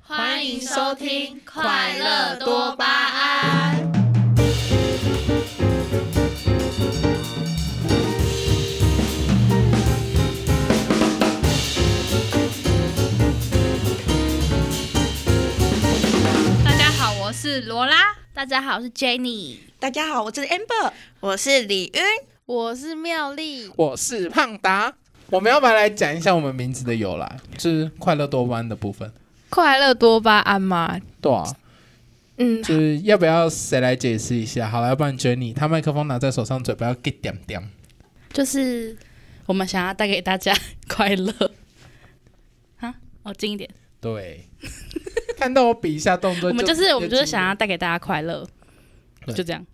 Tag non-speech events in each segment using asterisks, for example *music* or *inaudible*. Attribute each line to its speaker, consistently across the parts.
Speaker 1: 欢迎收听《快乐多巴胺》。大家好，我是罗拉。
Speaker 2: 大家好，我是 Jenny。
Speaker 3: 大家好，我是 Amber，
Speaker 4: 我是李云，
Speaker 5: 我是妙丽。
Speaker 6: 我是胖达。我们要不要来讲一下我们名字的由来？就是快乐多巴胺的部分。
Speaker 5: 快乐多巴胺吗？
Speaker 6: 对啊，
Speaker 5: 嗯，
Speaker 6: 就是要不要谁来解释一下？好了，要不然 Jenny，他麦克风拿在手上，嘴巴要给点点。
Speaker 2: 就是我们想要带给大家 *laughs* 快乐。啊，哦，近一点，
Speaker 6: 对， *laughs* 看到我比一下动作，
Speaker 2: 我们就是我们就是想要
Speaker 6: 要
Speaker 2: 带给大家快乐，
Speaker 6: 对
Speaker 2: 就这样。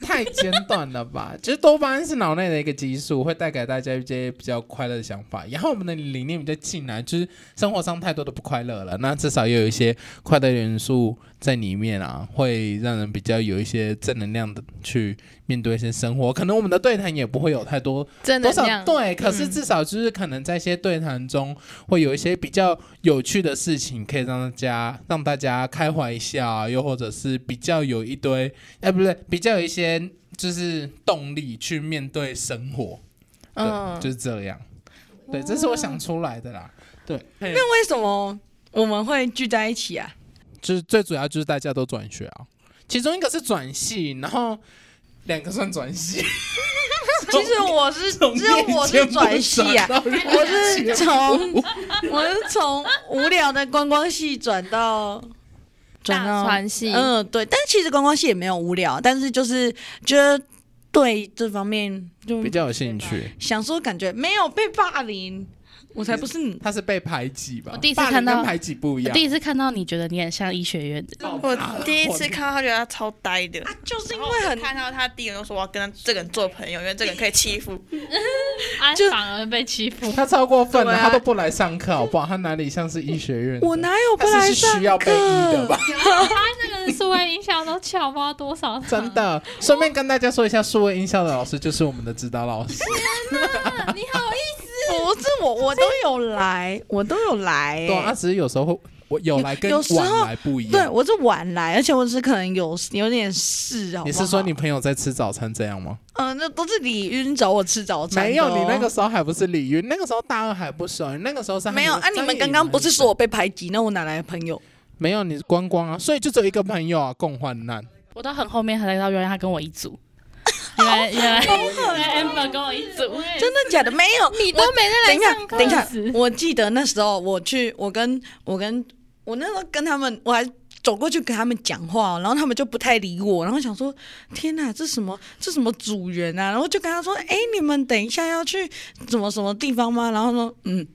Speaker 6: 太简短了吧？ *laughs* 其实多巴胺是脑内的一个激素，会带给大家一些比较快乐的想法。然后我们的理念比较进来，就是生活上太多的不快乐了，那至少也有一些快乐元素在里面啊，会让人比较有一些正能量的去面对一些生活。可能我们的对谈也不会有太多
Speaker 5: 正
Speaker 6: 多
Speaker 5: 能
Speaker 6: 少
Speaker 5: 量。嗯
Speaker 6: 对，可是至少就是可能在一些对谈中，会有一些比较有趣的事情，可以让大家让大家开怀一下啊、又或者是比较有一堆，哎、不对，比较有一些就是动力去面对生活，对，
Speaker 5: 嗯
Speaker 6: 就是这样。对，这是我想出来的啦。对，
Speaker 3: 那为什么我们会聚在一起啊？
Speaker 6: 就是最主要就是大家都转学啊，其中一个是转系，然后两个算转系，
Speaker 3: *laughs* 其实我是，只有我是转系啊，我
Speaker 6: 我
Speaker 3: 是从我是从无聊的观光系转到转
Speaker 5: 大
Speaker 3: 到
Speaker 5: 传系，
Speaker 3: 嗯，对，但其实观光系也没有无聊，但是就是觉得对这方面就
Speaker 6: 比较有兴趣。
Speaker 3: 想说感觉没有被霸凌，我才不是你。
Speaker 6: 他是被排挤吧？
Speaker 2: 我第一次
Speaker 6: 霸凌
Speaker 2: 看到
Speaker 6: 跟排挤不一
Speaker 2: 我
Speaker 6: 样。
Speaker 2: 第一次看到你觉得你很像医学院的，
Speaker 3: 哦
Speaker 4: 我第一次看到他觉得他超呆的，
Speaker 3: 就是因
Speaker 4: 然后
Speaker 3: 为很
Speaker 4: 看到他第一眼就说我要跟他这个人做朋友，因为这个人可以欺负。
Speaker 2: 安
Speaker 3: 就
Speaker 2: 啊反而被欺
Speaker 5: *laughs*
Speaker 2: 负。
Speaker 6: 他超过分了，
Speaker 4: 对啊
Speaker 6: 他都不来上课，好不好？他哪里像是医学院的？
Speaker 3: 我哪有不
Speaker 6: 他
Speaker 3: 来
Speaker 6: 是
Speaker 3: 上
Speaker 6: 需要被医的
Speaker 3: 课
Speaker 6: 吧？？
Speaker 5: 这个人数位音效都翘不知道多少。
Speaker 6: 真的，顺便跟大家说一下，数位音效的老师就是我们的指导老师。
Speaker 5: 你好意
Speaker 3: 不是我，我都有来，我都有来、欸。
Speaker 6: 对啊，他只是有时候会我有来跟
Speaker 3: 有时候
Speaker 6: 晚来不一
Speaker 3: 对，
Speaker 6: 样。
Speaker 3: 我是晚来，而且我是可能有有点事啊。
Speaker 6: 你是说你？朋友在吃早餐这样吗？
Speaker 3: 嗯、那都是李晕找我吃早餐、哦
Speaker 6: 没有，你那个。时候还不是李云，那个时候大二还不熟，你那个时候是还
Speaker 3: 没有啊！你们刚刚不是说我被排挤，那我哪来的朋
Speaker 5: *laughs*
Speaker 3: 友？
Speaker 6: 没有？你是观光啊，所以就只有一个朋友啊，共患难。
Speaker 2: 我到很后面才知道，原来他跟我一
Speaker 3: *laughs*
Speaker 2: 组。原来原来原来哎 Amber 跟我一组，哎
Speaker 3: 真的假的？没有，
Speaker 5: 思，你都没在
Speaker 3: 等一
Speaker 5: 来
Speaker 3: 下
Speaker 5: 上，课。
Speaker 3: 等一下，我记得那时候我去，我跟我跟我那时候跟他们，我还走过去跟他们讲话，然后他们就不太理我，然后想说天哪，这什么这什么组员啊？然后就跟他说，哎、你们等一下要去什么什么地方吗？然后说，嗯，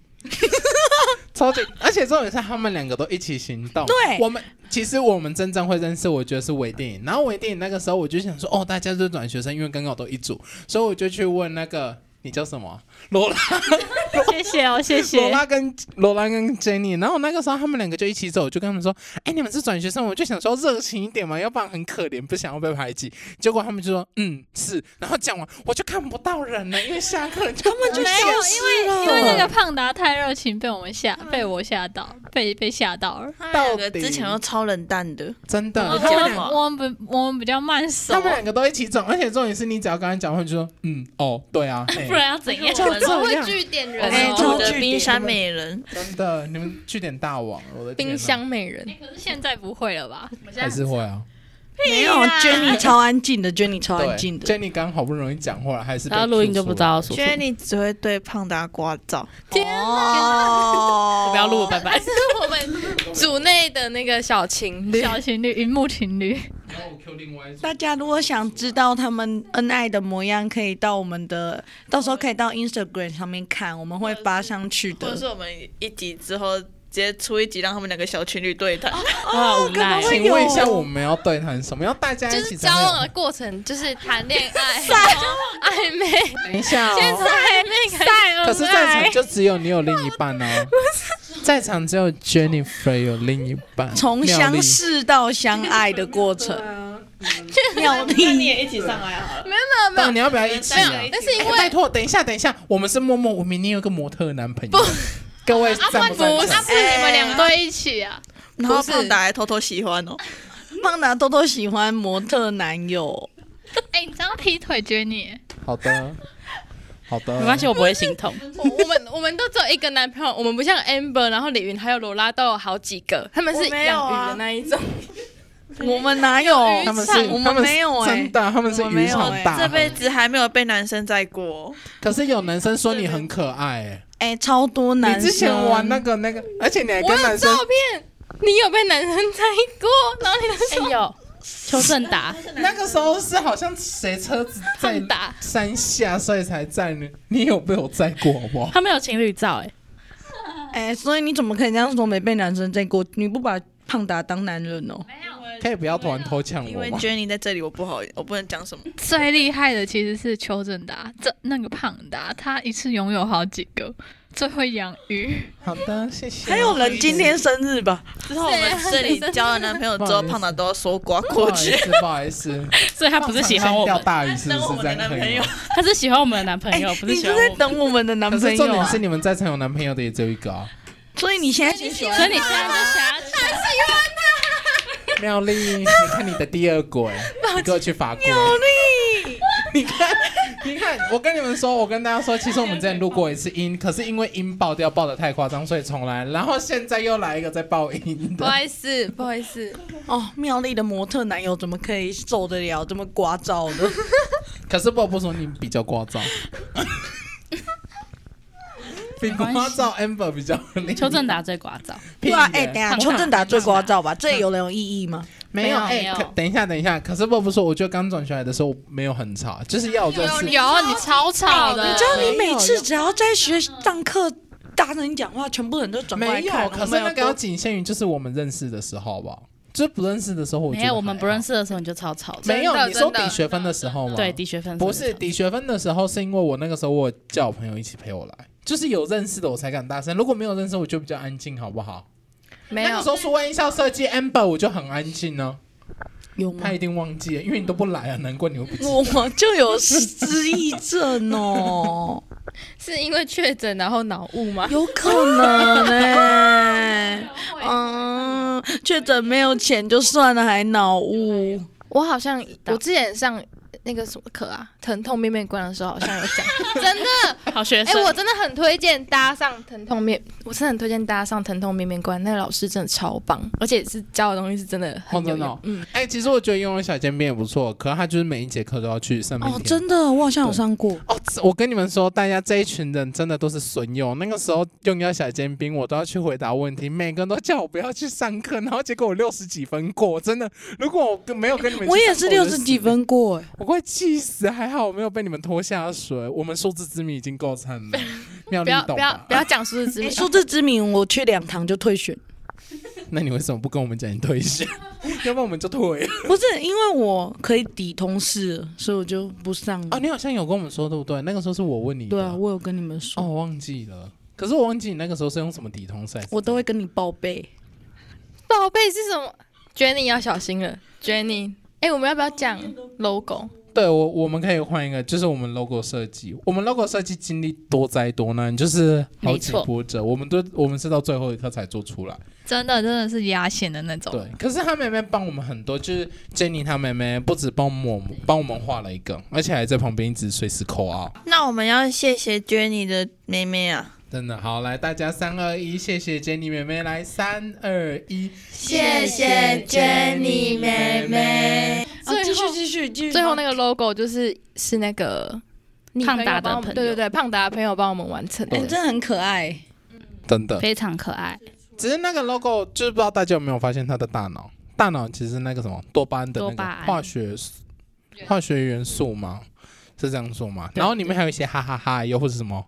Speaker 6: 超级，而且重点是他们两个都一起行动。
Speaker 3: 对
Speaker 6: 我们其实我们真正会认识，我觉得是微电影。然后微电影那个时候我就想说，哦，大家都是转学生，因为刚好都一组，所以我就去问那个你叫什么罗拉，
Speaker 2: 谢谢哦，谢
Speaker 6: 罗
Speaker 2: 谢。
Speaker 6: 拉跟罗拉跟 Jenny。然后那个时候他们两个就一起走，我就跟他们说，哎，你们是转学生，我就想说热情一点嘛，要不然很可怜，不想要被排挤。结果他们就说，嗯，是。然后讲完我就看不到人了，因为下课人就
Speaker 3: 他们就
Speaker 5: 没
Speaker 3: 消
Speaker 5: 有，
Speaker 3: 失了。
Speaker 5: 因为因为那个胖达太热情，被我们吓，被我吓到，被被吓到了。
Speaker 4: 他
Speaker 6: 到
Speaker 4: 两
Speaker 6: 底
Speaker 4: 个之前都超冷淡的，
Speaker 6: 真
Speaker 5: 我
Speaker 3: 哦
Speaker 2: 哦
Speaker 6: 的，
Speaker 5: 们
Speaker 6: 他们两
Speaker 2: 啊
Speaker 6: 个
Speaker 5: 我们比我们比较慢熟
Speaker 6: 他，们两个都一起转，而且重点是你只要跟他讲话，你就说嗯哦对啊，嘿
Speaker 2: 不然要怎样？
Speaker 6: 就这
Speaker 5: 我会
Speaker 6: 样，
Speaker 5: 据点人
Speaker 4: 我
Speaker 3: 哎
Speaker 4: 们
Speaker 3: 超
Speaker 4: 组
Speaker 5: 哦，
Speaker 4: 的
Speaker 3: 据
Speaker 4: 冰
Speaker 3: 点
Speaker 4: 山美人，
Speaker 6: 真的，你们据点大王，我的天哪
Speaker 5: 冰箱美人。可是现在不会了吧？
Speaker 6: 还是会啊，
Speaker 3: 没有，Jenny 超安静的，Jenny 超安静的。
Speaker 6: Jenny 刚好不容易讲话了，还是被
Speaker 2: 然后录音就不知道说
Speaker 4: 觉得你只会对胖达刮噪。
Speaker 3: 哦
Speaker 2: 不要录了，拜拜。
Speaker 5: 是我们组内的那个小情侣，
Speaker 2: 小情侣，荧幕情侣，
Speaker 6: Q 出来。然后我 Q 另外一组
Speaker 3: 大家如果想知道他们恩爱的模样，可以到我们的，到时候可以到 Instagram 上面看，我们会发上去
Speaker 4: 或者是
Speaker 3: 的。
Speaker 4: 我们一集之后直接出一集，让他们两个小情侣对谈。
Speaker 3: 哦
Speaker 2: 啊，无奈。
Speaker 3: 会
Speaker 6: *laughs* 请问一下，我们要对谈什么？要大家
Speaker 5: 就
Speaker 6: 一
Speaker 5: 是
Speaker 6: 起
Speaker 5: 交
Speaker 6: 才会有
Speaker 5: 往的过程，就是谈恋 *laughs* 爱、哦暧昧，
Speaker 6: 等一下哦，
Speaker 5: 暧昧晒
Speaker 6: 可是在场就只有你有另一半
Speaker 2: *laughs*
Speaker 6: 哦，在场只有 Jennifer 有另一半，
Speaker 3: 从
Speaker 6: 妙
Speaker 3: 相
Speaker 6: 丽
Speaker 3: 识到相爱的过程，妙
Speaker 4: 那
Speaker 3: 丽，
Speaker 4: 也一起上来好了。
Speaker 6: 到底你要不要一起啊？
Speaker 5: 但是因
Speaker 6: 欸拜
Speaker 5: 为
Speaker 6: 托，等一下，等一下，我们是默默，我明天有个模特男朋友。各位赞不赞
Speaker 5: 不
Speaker 6: 成？
Speaker 5: 是你们两对一起啊，
Speaker 4: 然后
Speaker 3: 不是
Speaker 4: 胖达还偷偷喜欢哦，
Speaker 3: 胖达偷偷喜欢模特男友，
Speaker 5: 哎、你这样劈腿撅你，
Speaker 6: 好的， *laughs* 好的，
Speaker 2: 没关系，我不会心
Speaker 3: *laughs*
Speaker 2: 痛。
Speaker 7: 我我们我们都只有一个男朋友，我们不像 Amber，然后李云还有罗拉都有好几个，他们是
Speaker 3: 我没有
Speaker 7: 养
Speaker 3: 啊
Speaker 7: 鱼的那一种。
Speaker 3: 我们哪有？
Speaker 6: 他们是
Speaker 3: 我
Speaker 6: 他
Speaker 3: 们
Speaker 6: 们是
Speaker 3: 没有哎
Speaker 6: 真，的，他们是
Speaker 3: 我们
Speaker 6: 渔
Speaker 3: 没有
Speaker 6: 场
Speaker 3: 欸
Speaker 6: 大
Speaker 4: 这
Speaker 6: 亨。
Speaker 4: 辈子还没有被男生载过。
Speaker 6: 可是有男生说你很可爱、
Speaker 3: 哎，超多
Speaker 6: 欸，
Speaker 3: 男
Speaker 6: 你
Speaker 3: 生。
Speaker 6: 之前玩那个那个，而且你还
Speaker 7: 我
Speaker 6: 跟
Speaker 7: 有
Speaker 6: 男生
Speaker 7: 照片，你有被男生猜过，然后你的
Speaker 2: 哎呦，邱正达，
Speaker 6: 那个时候是好像谁车子在
Speaker 7: 胖达
Speaker 6: 山下，所以才载你。你有被我载过好不好？
Speaker 2: 他们有情侣照哎，
Speaker 3: 哎，所以你怎么可以这样说没被男生在过？你不把胖达当男人哦？
Speaker 6: 可以不要突然偷抢
Speaker 4: 因
Speaker 6: 我
Speaker 4: 为
Speaker 6: 吗？
Speaker 4: Jenny 在这里，我不好，我不能讲什么。
Speaker 5: 最厉害的其实是邱正达，这那个胖达，他一次拥有好几个，最会养鱼。
Speaker 6: 好的，谢谢。啊
Speaker 3: 还有人今天生日吧？
Speaker 4: 之后我们这里交了男朋友之后，胖达都要搜刮
Speaker 6: 不
Speaker 4: 过
Speaker 6: 好意
Speaker 4: 去。
Speaker 6: 思，不好意思，
Speaker 2: 所以他不是喜欢我
Speaker 6: 钓
Speaker 2: 们，
Speaker 6: 大鱼是不是这样可
Speaker 4: 等我们的男朋
Speaker 6: 以
Speaker 4: 友
Speaker 6: 吗？
Speaker 2: 他是喜欢我们的男朋友，
Speaker 3: 哎
Speaker 2: 不是
Speaker 3: 你
Speaker 2: 喜
Speaker 3: 是
Speaker 2: 欢
Speaker 3: 在
Speaker 2: 我们。
Speaker 3: 等我们的男
Speaker 6: 可
Speaker 3: 朋
Speaker 6: 是
Speaker 3: 友
Speaker 6: 重点
Speaker 3: 啊
Speaker 6: 是？你们在场有男朋友的也只有一个啊，
Speaker 3: 所以你现在先喜
Speaker 2: 所以
Speaker 3: 欢
Speaker 2: 你现在就想要
Speaker 6: 妙丽，你看你的第二鬼，你给我去法国。妙丽，你看， *laughs* 你看，我跟你们说，我跟大家说，其实我们之前录过一次音，可是因为音爆掉爆的太夸张，所以重来。然后现在又来一个在爆音
Speaker 7: 不
Speaker 5: *laughs*
Speaker 6: 的，
Speaker 7: 好意思，不好意思，
Speaker 3: 哦，妙丽的模特男友怎么可以受得了这么聒噪
Speaker 6: *laughs*
Speaker 3: 的？
Speaker 6: 可是不得不说你比较聒噪，比聒噪 Amber 比较厉害。
Speaker 2: 邱正达最聒噪，
Speaker 6: 屁
Speaker 3: 对
Speaker 6: 咧
Speaker 3: 啊，哎、等一下，
Speaker 2: 胖
Speaker 3: 邱
Speaker 2: 达
Speaker 3: 正达最聒噪吧？这有人有异议吗？
Speaker 6: 没有，
Speaker 2: 没
Speaker 6: 哎、
Speaker 2: 有
Speaker 6: 可等一下，等一下。可是不不说，我觉得刚转学来的时候没有很吵，就是要我做
Speaker 7: 有
Speaker 6: 事。
Speaker 7: 有你超吵的，
Speaker 2: 呃
Speaker 3: 你知道你每次只要在学上课大声讲话，全部人都转过来
Speaker 6: 没有
Speaker 3: 看。，
Speaker 6: 可是
Speaker 3: 我们
Speaker 6: 那个
Speaker 3: 有多
Speaker 6: 要仅限于就是我们认识的时候，好不好？就是不认识的时候，我觉
Speaker 2: 没
Speaker 6: 得
Speaker 2: 有我们不认
Speaker 6: 识。
Speaker 2: 识的时候你就超吵的，
Speaker 6: 没有
Speaker 7: 真，的
Speaker 6: 你说
Speaker 7: 真
Speaker 6: 抵
Speaker 7: 的
Speaker 6: 学分的时候吗？
Speaker 2: 对，抵学分
Speaker 6: 不是抵学分的时候，是因为我那个时候我有叫我朋友一起陪我来，就是有认识的我才敢大声，如果没有认识我就比较安静，好不好？
Speaker 7: 没
Speaker 6: 那
Speaker 2: 哦
Speaker 7: 有
Speaker 6: 个时候说万一校设计 Amber 我就很安静呢，
Speaker 3: 有吗
Speaker 6: 他？一定忘记了，因为你都不来啊，难怪你会不记得。
Speaker 3: 我就有失忆症哦，
Speaker 7: 是因为确诊然后脑
Speaker 3: *laughs*
Speaker 7: 雾吗？
Speaker 3: 有可能欸呢、嗯，确诊没有钱就算了，还脑雾。
Speaker 7: *laughs* 我好像我之前上那个什么课啊，疼痛面面观的时候好像有 *laughs* 讲，真的，
Speaker 2: 好学
Speaker 7: 哎、
Speaker 2: 生。
Speaker 7: 我真的很推荐大家上疼痛面，我真的很推荐大家上疼痛面面观，那个老师真的超棒，而且是教的东西是真的很
Speaker 6: 哦
Speaker 7: 有
Speaker 6: 真的
Speaker 7: 用，
Speaker 6: 哦
Speaker 7: 嗯，
Speaker 6: 哎、其实我觉得拥有小尖兵也不错，可是他就是每一节课都要去上面
Speaker 3: 哦，真的，我好像有上过。
Speaker 6: 哦，这我跟你们说，大家这一群人真的都是损友。那个时候用药小尖兵，我都要去回答问题，每个人都叫我不要去上课，然后结果我六十几分过，真的。如果我跟没有跟你们，
Speaker 3: 我也是六十几，分过、哎，
Speaker 6: 我快气死。还好我没有被你们拖下水，我们数字之谜已经够惨 *laughs* 了。妙
Speaker 7: 不
Speaker 6: 丽
Speaker 7: 要
Speaker 6: 懂
Speaker 7: 不要
Speaker 6: 吧
Speaker 7: 不？要讲数字之
Speaker 3: 哎、
Speaker 7: 谜，
Speaker 3: 数字之名，我去两堂就退选。
Speaker 6: 那你为什么不跟我们讲你退学？ *laughs* 要不然我们就退了
Speaker 3: 不是因为我可以抵同事了，所以我就不上了。
Speaker 6: 啊！你好像有跟我们说对不对？那个时候是我问你的，
Speaker 3: 对啊，我有跟你们说，
Speaker 6: 哦，我忘记了。可是我忘记你那个时候是用什么底通赛，
Speaker 3: 我都会跟你报备。
Speaker 7: 宝贝是什么？Jenny 要小心了，Jenny，哎、我们要不要讲 logo？
Speaker 6: 对我，我们可以换一个，就是我们 logo 设计，我们 logo 设计经历多灾多难，就是好几
Speaker 2: 没错
Speaker 6: 波折，我们都我们是到最后一刻才做出来。
Speaker 5: 真的真的是压线的那种。
Speaker 6: 对，可是他妹妹帮我们很多，就是 Jenny 她妹妹不止帮我们帮我们画了一个，而且还在旁边一直随时扣啊。
Speaker 4: 那我们要谢谢 Jenny 的妹妹啊，
Speaker 6: 真的好，来大家三二一，谢谢 Jenny 妹妹，来三二一，
Speaker 1: 谢谢 Jenny 妹妹。
Speaker 7: 最后
Speaker 3: 继续继续
Speaker 7: 最后那
Speaker 3: 个
Speaker 7: 个 logo 就是是那个你
Speaker 2: 胖达的
Speaker 7: 朋友帮我们
Speaker 2: 朋友
Speaker 7: 对对对，胖达的朋友帮我们完成的
Speaker 3: 哎、。真的很可爱。
Speaker 6: 真的，
Speaker 2: 非常可爱，
Speaker 6: 只是那个 logo 就是不知道大家有没有发现它的大脑，大脑其实那个什么多巴胺的那
Speaker 2: 多巴
Speaker 6: 个
Speaker 2: 胺
Speaker 6: 化学化学元素嘛，是这样说嘛？然后里面还有一些哈哈哈，又或是什么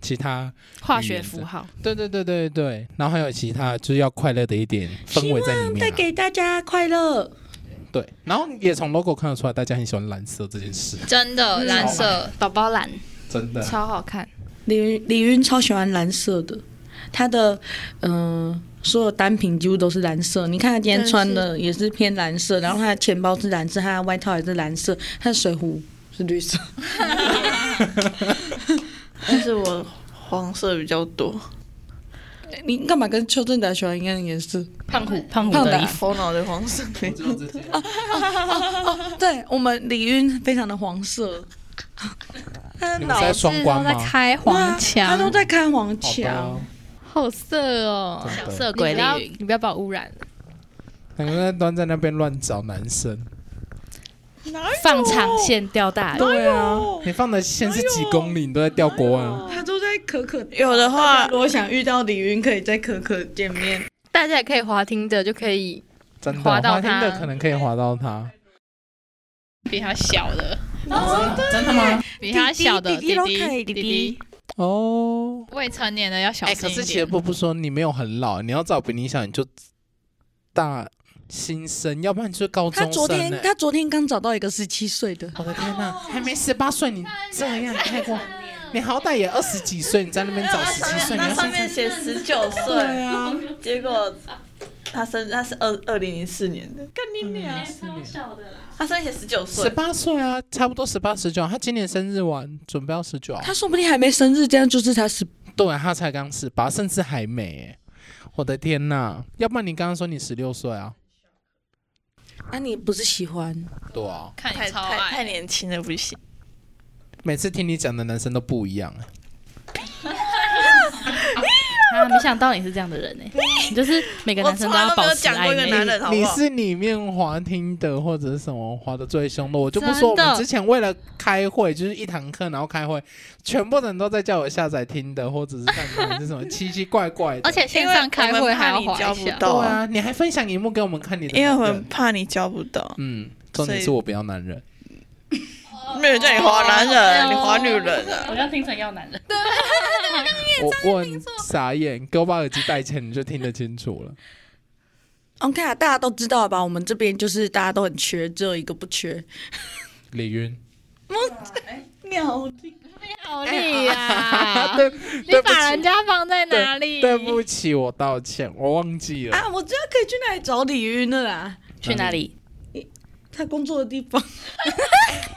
Speaker 6: 其他，
Speaker 2: 化学符号。
Speaker 6: 对对对对对，然后还有其他就是要快乐的一点氛围在里面
Speaker 3: 带
Speaker 6: 啊、
Speaker 3: 给大家快乐，
Speaker 6: 对，然后也从 logo 看得出来，大家很喜欢蓝色这件事， *laughs*
Speaker 1: 真
Speaker 6: 嗯
Speaker 1: 的蓝色
Speaker 2: 宝宝蓝，
Speaker 6: 真
Speaker 7: *laughs*
Speaker 6: 的。
Speaker 7: 超好看，
Speaker 3: 李云李云超喜欢蓝色的，他的嗯、呃所有单品几乎都是蓝色。你看他今天穿的也是偏蓝色，然后他的钱包是蓝色，他的外套也是蓝色，他的水壶是绿色。
Speaker 4: 但是我黄色比较多。
Speaker 3: *laughs* 你干嘛跟邱正达喜欢一样的颜色？
Speaker 2: 胖虎胖虎
Speaker 3: 胖
Speaker 2: 的
Speaker 3: 的
Speaker 2: 衣服，
Speaker 4: 头脑的黄
Speaker 6: *laughs*
Speaker 4: 色
Speaker 6: 我只有这些。
Speaker 3: 对我们李云非常的黄色，他
Speaker 6: 你
Speaker 3: 的
Speaker 6: 们
Speaker 3: 脑
Speaker 6: 是在双关
Speaker 5: 在
Speaker 6: 吗？
Speaker 5: 开黄
Speaker 3: 对啊他都
Speaker 5: 腔，
Speaker 3: 在开黄
Speaker 6: 好的哦
Speaker 3: 腔。，
Speaker 7: 好色哦！
Speaker 6: 真的
Speaker 2: 色鬼李
Speaker 7: 你不要，
Speaker 2: 云，
Speaker 7: 你不要把我污染了。
Speaker 6: 你们在端在那边乱找男生。
Speaker 2: 放长线钓大鱼，
Speaker 6: 对啊，你放的线是几公里，你都在钓国外啊。
Speaker 3: 他都在可可，
Speaker 4: 有的话
Speaker 3: 如果想遇到李云，可以在可可见面。
Speaker 7: 大家也可以滑听的，就可以
Speaker 6: 真的，
Speaker 7: 滑到
Speaker 6: 听的
Speaker 7: 他
Speaker 6: 可能可以滑到他。
Speaker 5: 比他小的，
Speaker 6: 真的吗？
Speaker 5: 比他小的
Speaker 3: 弟弟弟弟都
Speaker 5: 弟
Speaker 3: 可以弟弟
Speaker 5: 弟，
Speaker 6: 哦。
Speaker 5: 未成年的要小
Speaker 6: 哎、
Speaker 5: 心一点。
Speaker 6: 可是其实不不说，你没有很老，你要找比你小，你就大新生，要不然你就是高中
Speaker 3: 他
Speaker 6: 生、欸。
Speaker 3: 昨天，他昨天刚找到一个十七岁的，
Speaker 6: 我的天哪、还没十八岁，你这样太过，你好歹也二十几岁，你在那边找十七岁，你
Speaker 4: 那
Speaker 6: 要
Speaker 4: 上
Speaker 6: 先
Speaker 4: 面写十九岁，啊，结果他生他是二二零零四年的，干你娘！他上面写十九
Speaker 6: 十
Speaker 4: 岁，
Speaker 6: 八岁啊，差不多十八十九，他今年生日完，准备要十九啊，
Speaker 3: 他说不定还没生日，这样就是他十。
Speaker 6: 对，啊他才刚十八，甚至还没欸、我的天呐！要不然你刚刚说你十六岁啊？
Speaker 3: 啊，你不是喜欢？
Speaker 6: 对啊，
Speaker 5: 看
Speaker 4: 太
Speaker 5: 你超
Speaker 4: 太太
Speaker 5: 爱，
Speaker 4: 年轻了不行。
Speaker 6: 每次听你讲的男生都不一样、欸。
Speaker 2: 啊，没想到你是这样的人哎，你就是每个
Speaker 4: 我
Speaker 2: 男生
Speaker 4: 从
Speaker 2: 都
Speaker 4: 来
Speaker 2: 要
Speaker 4: 都没
Speaker 2: 保
Speaker 4: 有
Speaker 2: 持
Speaker 4: 讲
Speaker 2: 暧
Speaker 4: 过一个
Speaker 5: 哎
Speaker 4: 男
Speaker 2: 昧，
Speaker 4: 人，好
Speaker 6: 你
Speaker 4: 不好？
Speaker 6: 是里面滑听的或者是什么滑的最凶的，我就不说。我
Speaker 5: 真的
Speaker 6: 们之前为了开会，就是一堂课，然后开会，全部人都在叫我下载听的，或者是看看是什么奇奇怪怪的。
Speaker 4: *laughs*
Speaker 5: 而且线
Speaker 4: 因为
Speaker 5: 上开
Speaker 4: 我
Speaker 5: 会
Speaker 4: 们
Speaker 5: 还
Speaker 4: 怕
Speaker 5: 要
Speaker 4: 你
Speaker 5: 滑
Speaker 4: 交
Speaker 5: 一下。
Speaker 4: 不
Speaker 6: 对
Speaker 4: 到，
Speaker 6: 啊，你还分享荧幕给我们看你的，
Speaker 4: 因为我们怕你交不到，
Speaker 6: 嗯，重点是
Speaker 4: 所以
Speaker 6: 我不要男人。
Speaker 4: 没有叫你滑男
Speaker 5: 哦
Speaker 4: 人，你滑女人
Speaker 6: 哦
Speaker 4: 啊！
Speaker 2: 我刚听成要男人，
Speaker 6: 我问傻眼，给我把耳机戴起来，你就听得清楚了。
Speaker 3: OK 啊，大家都知道吧？我们这边就是大家都很缺，只有一个不缺。
Speaker 6: 李云，
Speaker 3: 鸟，
Speaker 5: 哎好
Speaker 7: 哎
Speaker 5: 厉
Speaker 7: 啊 *laughs*
Speaker 5: 害！
Speaker 6: 对
Speaker 5: 啊你
Speaker 6: 对不
Speaker 5: 把人
Speaker 6: 起，
Speaker 5: 家放在
Speaker 6: 对
Speaker 5: 哪里？
Speaker 6: 对不起，我道歉，我忘记了。
Speaker 3: 啊，我知道可以去哪里找李云了啦，
Speaker 2: 去哪里？
Speaker 3: 他工作的地方。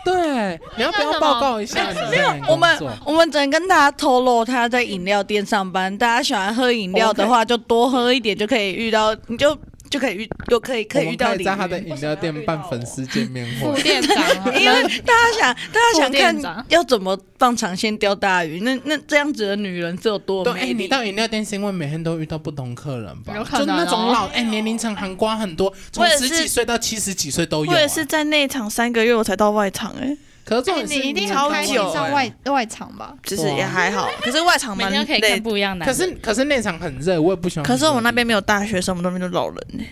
Speaker 6: 对，你要不要报告一下你在哪里
Speaker 3: *laughs* 我
Speaker 6: 工
Speaker 3: 们
Speaker 6: 作？
Speaker 3: 我们只能跟大家透露，他在饮料店上班。大家喜欢喝饮料
Speaker 6: 哦
Speaker 3: 的话，就多喝一点，就可以遇到，你就就可以遇，就可以可以遇
Speaker 6: 我
Speaker 3: 到
Speaker 6: 们可
Speaker 3: 李
Speaker 6: 以在他的
Speaker 3: 云。
Speaker 6: 饮料店办粉丝见面
Speaker 5: 副
Speaker 6: 会。
Speaker 5: 店长啊，
Speaker 3: 因为大家想，大家想
Speaker 5: 副店长
Speaker 3: 看要怎么放长线钓大鱼。那那这样子的女人是有多
Speaker 6: 对，
Speaker 3: 有
Speaker 6: 哎、
Speaker 3: 魅
Speaker 6: 你
Speaker 3: 力？
Speaker 6: 到饮料店是因为每天都遇到不同客人吧？
Speaker 5: 有可
Speaker 6: 就
Speaker 5: 能哦
Speaker 6: 那种老哎、年龄层含瓜很多，从
Speaker 4: 我也
Speaker 6: 十
Speaker 4: 是
Speaker 6: 几岁到七十几岁都有、
Speaker 4: 我
Speaker 6: 啊。
Speaker 4: 也是在内场三个月我才到外场，哎，
Speaker 6: 可是这种
Speaker 5: 你一定
Speaker 4: 超
Speaker 5: 很开心
Speaker 4: 久
Speaker 6: 哎
Speaker 5: 上外外场吧？
Speaker 4: 就是也还好，可是外场
Speaker 2: 每
Speaker 4: 蛮
Speaker 2: 天可以
Speaker 4: 累
Speaker 2: 看。不一样的
Speaker 6: 可
Speaker 2: 男人，
Speaker 6: 是可是那场很热，我也不喜欢。
Speaker 4: 可是我们那边，没有大学生，我们那边都老人哎。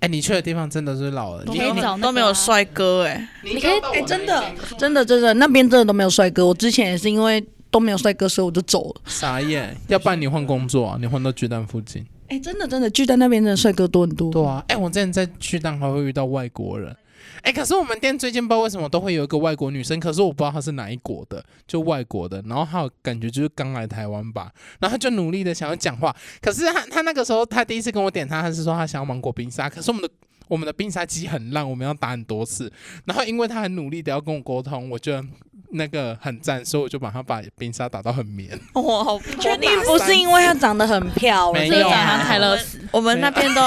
Speaker 6: 哎、你去的地方真的是老人，
Speaker 4: 都
Speaker 6: 你
Speaker 4: 没有
Speaker 2: 可以找那个啊啊
Speaker 4: 都没有帅哥哎、
Speaker 2: 你可以
Speaker 3: 哎、真的，真的，真的，那边真的都没有帅哥。我之前也是因为都没有帅哥，所以我就走了。
Speaker 6: 傻眼，要不然你换工作啊，你换到巨蛋附近。
Speaker 3: 哎、真的，真的，巨蛋那边真的帅哥多很多。
Speaker 6: 对啊，哎、我之前在巨蛋还会遇到外国人。哎、可是我们店最近不知道为什么都会有一个外国女生，可是我不知道她是哪一国的，就外国的。然后她有感觉就是刚来台湾吧，然后她就努力的想要讲话。可是她她那个时候她第一次跟我点她，她是说她想要芒果冰沙，可是我们的我们的冰沙机很烂，我们要打很多次。然后因为她很努力的要跟我沟通，我觉得那个很赞，所以我就把她把冰沙打到很绵。 *laughs*
Speaker 4: 哇，好
Speaker 3: 确定不是因为她长得很漂
Speaker 6: 没
Speaker 3: 亮，
Speaker 6: 有
Speaker 2: 这个早上
Speaker 6: 啊
Speaker 2: 泰勒斯，
Speaker 4: 我们那边都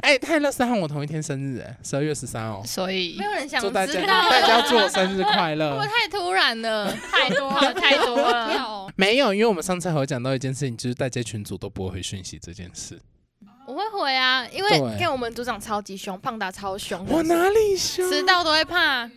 Speaker 6: 哎、泰勒斯和我同一天生日、哎，十二月十三哦。
Speaker 5: 所以
Speaker 7: 没有人想
Speaker 6: 祝
Speaker 7: 知
Speaker 6: 大家
Speaker 7: 道。
Speaker 6: 大家祝我生日快乐
Speaker 7: *laughs* 我！太突然了，
Speaker 5: 太多了，太多了。
Speaker 7: 要
Speaker 6: 没有，因为我们上次还有讲到一件事情，就是大家群组都不会回讯息这件事。
Speaker 7: 我会回啊，因
Speaker 6: 对
Speaker 7: 为你看我们组长超级凶，胖达超凶的，
Speaker 6: 我哪里凶？
Speaker 7: 迟到都会怕。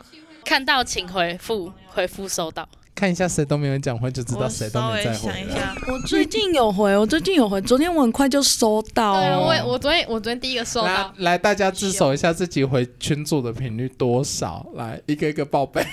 Speaker 2: 看到请回复，回复收到。
Speaker 6: 看一下谁都没有讲话，就知道
Speaker 4: 我
Speaker 6: 谁都
Speaker 4: 稍
Speaker 6: 没
Speaker 4: 微
Speaker 6: 在回
Speaker 4: 想一
Speaker 6: 了。
Speaker 4: 下，
Speaker 3: 我最近有回，我最近有回，昨天我很快就收到
Speaker 7: 对
Speaker 6: 哦
Speaker 7: 啊，
Speaker 3: 了。
Speaker 7: 我也我昨天我昨天第一个收
Speaker 6: 来
Speaker 7: 到，
Speaker 6: 来，大家自首一下自己回群组的频率多少？来，一个一个报备。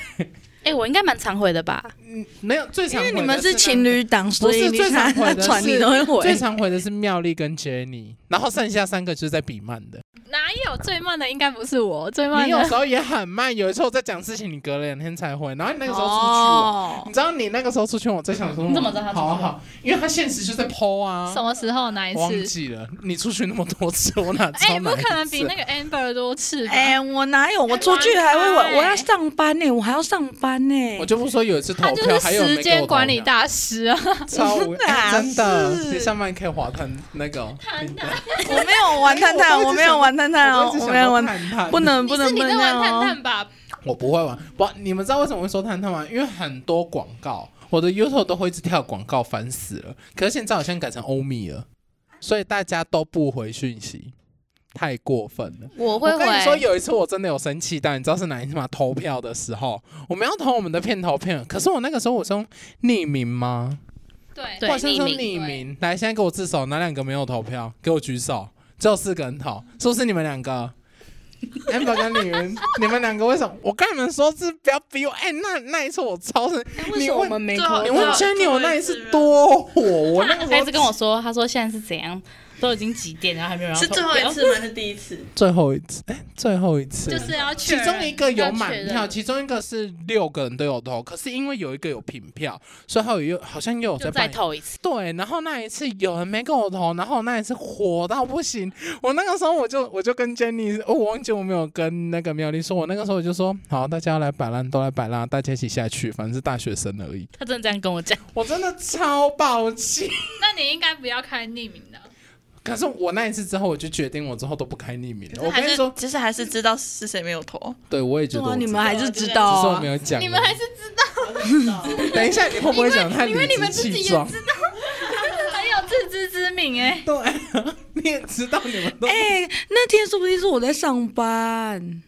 Speaker 2: 哎，我应该蛮常回的吧？
Speaker 6: 嗯，没有最常
Speaker 3: 因
Speaker 6: 回
Speaker 3: 为
Speaker 6: 的
Speaker 3: 你们是情侣档，所以你
Speaker 6: 最常
Speaker 3: 看
Speaker 6: 回
Speaker 3: 他
Speaker 6: 的
Speaker 3: *laughs* 传
Speaker 6: 是
Speaker 3: 你都会
Speaker 6: 那个，最
Speaker 3: 回。
Speaker 6: 常回的是妙丽跟 Jenny，然后剩下三个就是在比曼的。
Speaker 5: 哪有最慢的应该不是我，最慢
Speaker 6: 你有
Speaker 5: 的
Speaker 6: 时候也很慢，有时候在讲事情，你隔了两天才回，然后你那个时候出去玩，
Speaker 3: 哦
Speaker 6: 你，知道你那个时候出去玩，我在想说，
Speaker 2: 你怎么知道他出去
Speaker 6: 好
Speaker 2: 玩
Speaker 6: 好，因为他现实就在 PO 啊，
Speaker 5: 什么时候哪一
Speaker 6: 我忘
Speaker 5: 次？
Speaker 6: 记了，你出去那么多次，我哪知
Speaker 5: 哎、
Speaker 6: 道
Speaker 5: 不
Speaker 6: 哪一次？
Speaker 5: 可能比那个 Amber 多次吧？
Speaker 3: 哎，我哪有？我出去还会
Speaker 5: 哎
Speaker 3: 我我要上班呢，我还要上班呢
Speaker 6: 我。就不说有一次投
Speaker 5: 他就
Speaker 6: 票，
Speaker 5: 是
Speaker 6: 还有人没
Speaker 5: 时
Speaker 6: 给我
Speaker 5: 间
Speaker 6: 投
Speaker 5: 管理
Speaker 6: 票
Speaker 5: 大师啊！*laughs*
Speaker 6: 超无
Speaker 3: 真的啊
Speaker 6: 哎真的，
Speaker 3: 是
Speaker 6: 你上班可以滑探那个哦，
Speaker 3: 我没有哦玩探探，我没有玩探探哦，我没有玩，
Speaker 6: 探探，
Speaker 3: 不能
Speaker 5: 不
Speaker 3: 不能
Speaker 5: 你
Speaker 3: 不
Speaker 5: 在
Speaker 3: 能这
Speaker 5: 玩
Speaker 3: 样
Speaker 6: 啊
Speaker 5: 探
Speaker 3: 哦。
Speaker 5: 探吧？
Speaker 6: 我不会玩。不，你们知道为什么会说探探吗？因为很多广告，我的 YouTube 都会一直跳广告，烦死了。可是现在好像改成欧米了，所以大家都不回讯息，太过分了。
Speaker 5: 我
Speaker 6: 我跟你说，有一次我真的有生气到，你知道是哪一次吗？投票的时候，我们要投我们的片头片，可是我那个时候我是用匿名吗？
Speaker 5: 对
Speaker 2: 对
Speaker 6: 我好像是用
Speaker 2: 匿名
Speaker 6: 匿名。来，现在给我自首，哪两个没有投票？给我举手，只有四个人投，是不是你们两个 *laughs* ？amber 跟李云，你们两个为什么？我跟你们说，是不要逼我。哎、那那一次我超生，
Speaker 3: 哎
Speaker 6: 你问
Speaker 3: 没
Speaker 4: 最好
Speaker 6: 你问 j e n n 我那一次多火，我那个
Speaker 2: 他
Speaker 6: 时
Speaker 2: 一直
Speaker 6: 候
Speaker 2: 跟我说，他说现在是怎样，都已经几点，然后还没有人要
Speaker 4: 是
Speaker 2: 投
Speaker 4: 最后
Speaker 2: 票
Speaker 4: 一次吗？还是第一次？
Speaker 6: 最后一次，哎、最后一次
Speaker 5: 就是要确
Speaker 6: 其
Speaker 5: 认
Speaker 6: 中一个有
Speaker 5: 要确
Speaker 6: 满
Speaker 5: 认
Speaker 6: 票，其中一个是六个人都有投，可是因为有一个有平票，所以还有又好像又有在
Speaker 2: 就再
Speaker 6: 办
Speaker 2: 投一次。
Speaker 6: 对，然后那一次有人没跟我投，然后我那一次火到不行。我那个时候我就我就跟 Jenny，哦我忘记我没有跟那个妙丽说，我那个时候我就说，好，大家要来摆烂都来摆烂，大家一起下去，反正是大学生而已。
Speaker 2: 他真的这样跟我讲，
Speaker 6: 我真的超爆气。
Speaker 5: 那你应该不要开匿名的，
Speaker 6: 可是我那一次之后，我就决定我之后都不开匿名了。我
Speaker 4: 还
Speaker 6: 跟你
Speaker 4: 是
Speaker 6: 说，
Speaker 4: 其实还是知道是谁没有投。
Speaker 6: 对我也觉
Speaker 3: 对
Speaker 6: 得我
Speaker 3: 啊，你
Speaker 6: 知
Speaker 3: 们
Speaker 6: 道
Speaker 3: 还是知道
Speaker 6: 只是我
Speaker 3: 啊
Speaker 6: 没。有讲而已。
Speaker 5: 你们还是
Speaker 6: *laughs* 等一下，你会不会讲太理
Speaker 5: 因为你们自
Speaker 6: 直
Speaker 5: 己
Speaker 6: 气
Speaker 5: 也
Speaker 6: 壮？
Speaker 5: 很有自知之明哎、
Speaker 6: 对啊，你也知道你们都
Speaker 3: 哎，那天说不定是我在上班。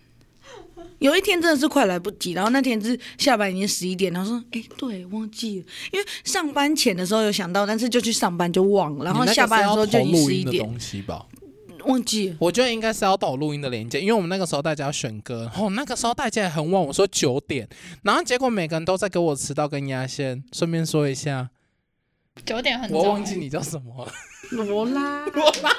Speaker 3: 有一天真的是快来不及，然后那天是下班已经十一点，然后说，哎、对，忘记了，因为上班前的时候有想到，但是就去上班就忘了，然后
Speaker 6: 你那个
Speaker 3: 下班的时候
Speaker 6: 是
Speaker 3: 就
Speaker 6: 要投
Speaker 3: 已经
Speaker 6: 录
Speaker 3: 十一
Speaker 6: 音的
Speaker 3: 点，
Speaker 6: 东西吧。
Speaker 3: 忘记了。
Speaker 6: 我觉得应该是要抖录音的连接，因为我们那个时候大家要选歌，然后那个时候大家也很晚，我说九点，然后结果每个人都在给我迟到跟压线。顺便说一下，
Speaker 5: 九点很
Speaker 6: 我
Speaker 5: 重
Speaker 6: 忘记
Speaker 5: 欸，
Speaker 6: 你叫什么了，
Speaker 3: 罗拉，
Speaker 6: 我妈，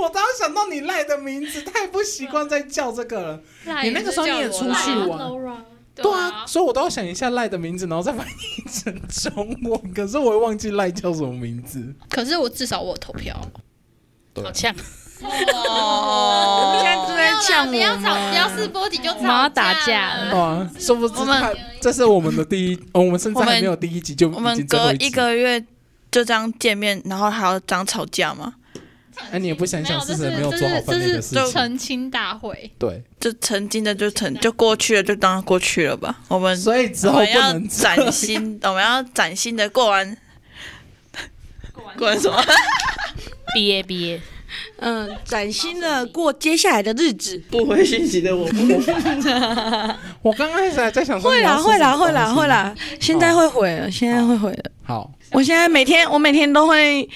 Speaker 6: 我刚想到你赖的名字，太不习惯在叫这个了。
Speaker 5: 赖
Speaker 6: 你那个时候你也出去
Speaker 5: 也是叫我
Speaker 6: 玩，
Speaker 5: 赖
Speaker 6: 对
Speaker 5: 对
Speaker 6: 啊，，所以我都要想一下赖的名字，然后再翻 *laughs* 译成中文。可是我会忘记赖叫什么名字。
Speaker 5: 可是我至少我有投票，
Speaker 2: 好呛，
Speaker 4: 哦，
Speaker 3: 现在是在呛
Speaker 5: 不要
Speaker 3: 我
Speaker 5: 吵，
Speaker 7: 嗯
Speaker 5: 不要
Speaker 3: 吗？
Speaker 5: 试波底就吵
Speaker 2: 我们要打架了
Speaker 6: 对啊，殊不知
Speaker 4: 我们
Speaker 6: 他这是我们的第一，哦我们甚至还没有第一集就
Speaker 4: 我
Speaker 6: 已
Speaker 4: 们
Speaker 6: 经最后
Speaker 4: 隔
Speaker 6: 一
Speaker 4: 一
Speaker 6: 集了。
Speaker 4: 个月就这样见面，然后还要这样吵架吗？
Speaker 6: 哎，你也不想
Speaker 5: 没有，
Speaker 6: 想
Speaker 5: 这
Speaker 6: 是
Speaker 5: 是
Speaker 6: 谁没有
Speaker 5: 这
Speaker 6: 做好
Speaker 5: 是
Speaker 6: 分内
Speaker 5: 这
Speaker 6: 的事
Speaker 5: 是
Speaker 6: 情？
Speaker 5: 澄清大会，
Speaker 6: 对，
Speaker 4: 就曾经的就曾就过去了，就当它过去了吧。我们
Speaker 6: 所以之
Speaker 4: 我
Speaker 6: 后
Speaker 4: 们
Speaker 6: 不
Speaker 4: 要
Speaker 6: 能这
Speaker 4: 崭
Speaker 6: 样 *laughs*
Speaker 4: 新，我们要崭新的过完，过完什么？ *laughs*
Speaker 2: 毕业毕业，
Speaker 3: 嗯、崭新的过接下来的日子。
Speaker 4: 不回信息的我，
Speaker 6: 我刚开始还在想说
Speaker 3: 会
Speaker 6: 你要
Speaker 3: 啦，
Speaker 6: 说
Speaker 3: 会
Speaker 6: 什
Speaker 3: 啦，
Speaker 6: 么
Speaker 3: 会啦，
Speaker 6: 东西
Speaker 3: 会。啦！现在会毁了，现在会毁了。
Speaker 6: 好，
Speaker 3: 我现在每天，我每天都会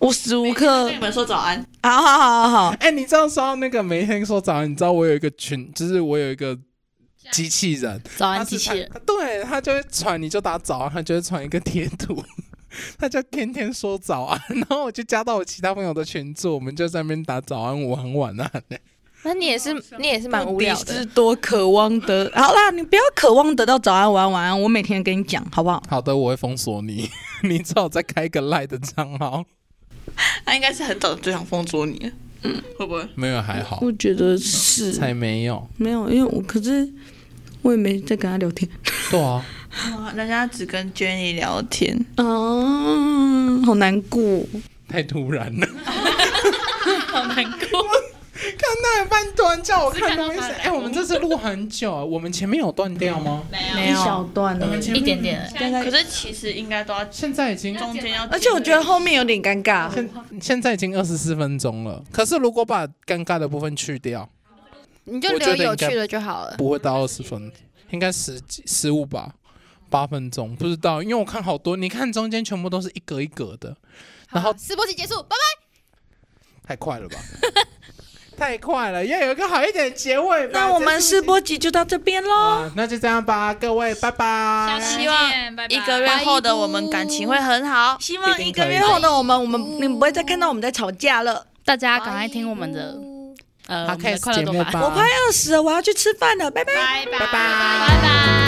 Speaker 3: 无时无刻，
Speaker 4: 哎你们说早安，
Speaker 3: 好好好好好，
Speaker 6: 哎，你这样说到那个每天说早安，你知道我有一个群，就是我有一个机器人，
Speaker 2: 早安
Speaker 6: 他
Speaker 2: 机
Speaker 6: 是
Speaker 2: 器人，
Speaker 6: 他对他就会传，你就打早安，他就会传一个贴图，他就天天说早安，然后我就加到我其他朋友的群组，我们就在那边打早安、午安、晚安。
Speaker 7: 那你也是你也是蛮无聊
Speaker 3: 是
Speaker 7: 的，
Speaker 3: 多渴望得。 *laughs* 好啦，你不要渴望得到早安、晚安、晚安，我每天跟你讲，好不好？
Speaker 6: 好的，我会封锁你， *laughs* 你最好再开一个赖的账号。
Speaker 4: 他应该是很早就想封锁你了，嗯，会不会？
Speaker 6: 没有还好，
Speaker 3: 我觉得是
Speaker 6: 才没有。
Speaker 3: 没有，因为我可是我也没在跟他聊天。
Speaker 6: 对啊，
Speaker 4: 人家只跟 Jenny 聊天，
Speaker 3: 嗯，好难过。
Speaker 6: 太突然了。
Speaker 2: 好难过。
Speaker 6: 看到一半突然叫我看东西，哎、我们这次录很久，啊我们前面有断掉吗？
Speaker 3: 一小段
Speaker 6: 我们前面
Speaker 2: 一点点，
Speaker 3: 大概
Speaker 4: 可是其实应该都要
Speaker 6: 现在已经
Speaker 4: 中间要，
Speaker 3: 而且我觉得后面有点尴尬。
Speaker 6: 现现在已经二十四分钟了。可是如果把尴尬的部分去掉，
Speaker 7: 你就
Speaker 6: 我觉
Speaker 7: 留
Speaker 6: 得
Speaker 7: 有
Speaker 6: 应该
Speaker 7: 趣的就好了。
Speaker 6: 不会到二十分，应该十几十五吧，八分钟，不知道，因为我看好多，你看中间全部都是一格一格的，然后
Speaker 7: 直播期结束，拜
Speaker 6: 太快了吧？ *laughs* 太快了，要有一个好一点的结尾吧。
Speaker 3: 那我们
Speaker 6: 这
Speaker 3: 试
Speaker 6: 是不是
Speaker 3: 播集就到这边喽。
Speaker 6: 啊那就这样吧，各位，拜拜。
Speaker 5: 下次
Speaker 4: 希望
Speaker 5: 见拜拜
Speaker 4: 一个月后的我们感情会很好。
Speaker 3: 希
Speaker 6: 一
Speaker 3: 望
Speaker 6: 定
Speaker 3: 一
Speaker 6: 可
Speaker 3: 个
Speaker 6: 以
Speaker 3: 月后的我们，我们你们不会再看到我们在吵架了。
Speaker 2: 大家赶快听我们的呃，我们的
Speaker 6: podcast
Speaker 2: 快乐
Speaker 6: 节
Speaker 2: 多
Speaker 6: 目
Speaker 2: 巴胺
Speaker 6: 吧。
Speaker 3: 我快饿死了，我要去吃饭了，拜拜。
Speaker 1: 拜拜
Speaker 6: 拜拜
Speaker 1: 拜拜。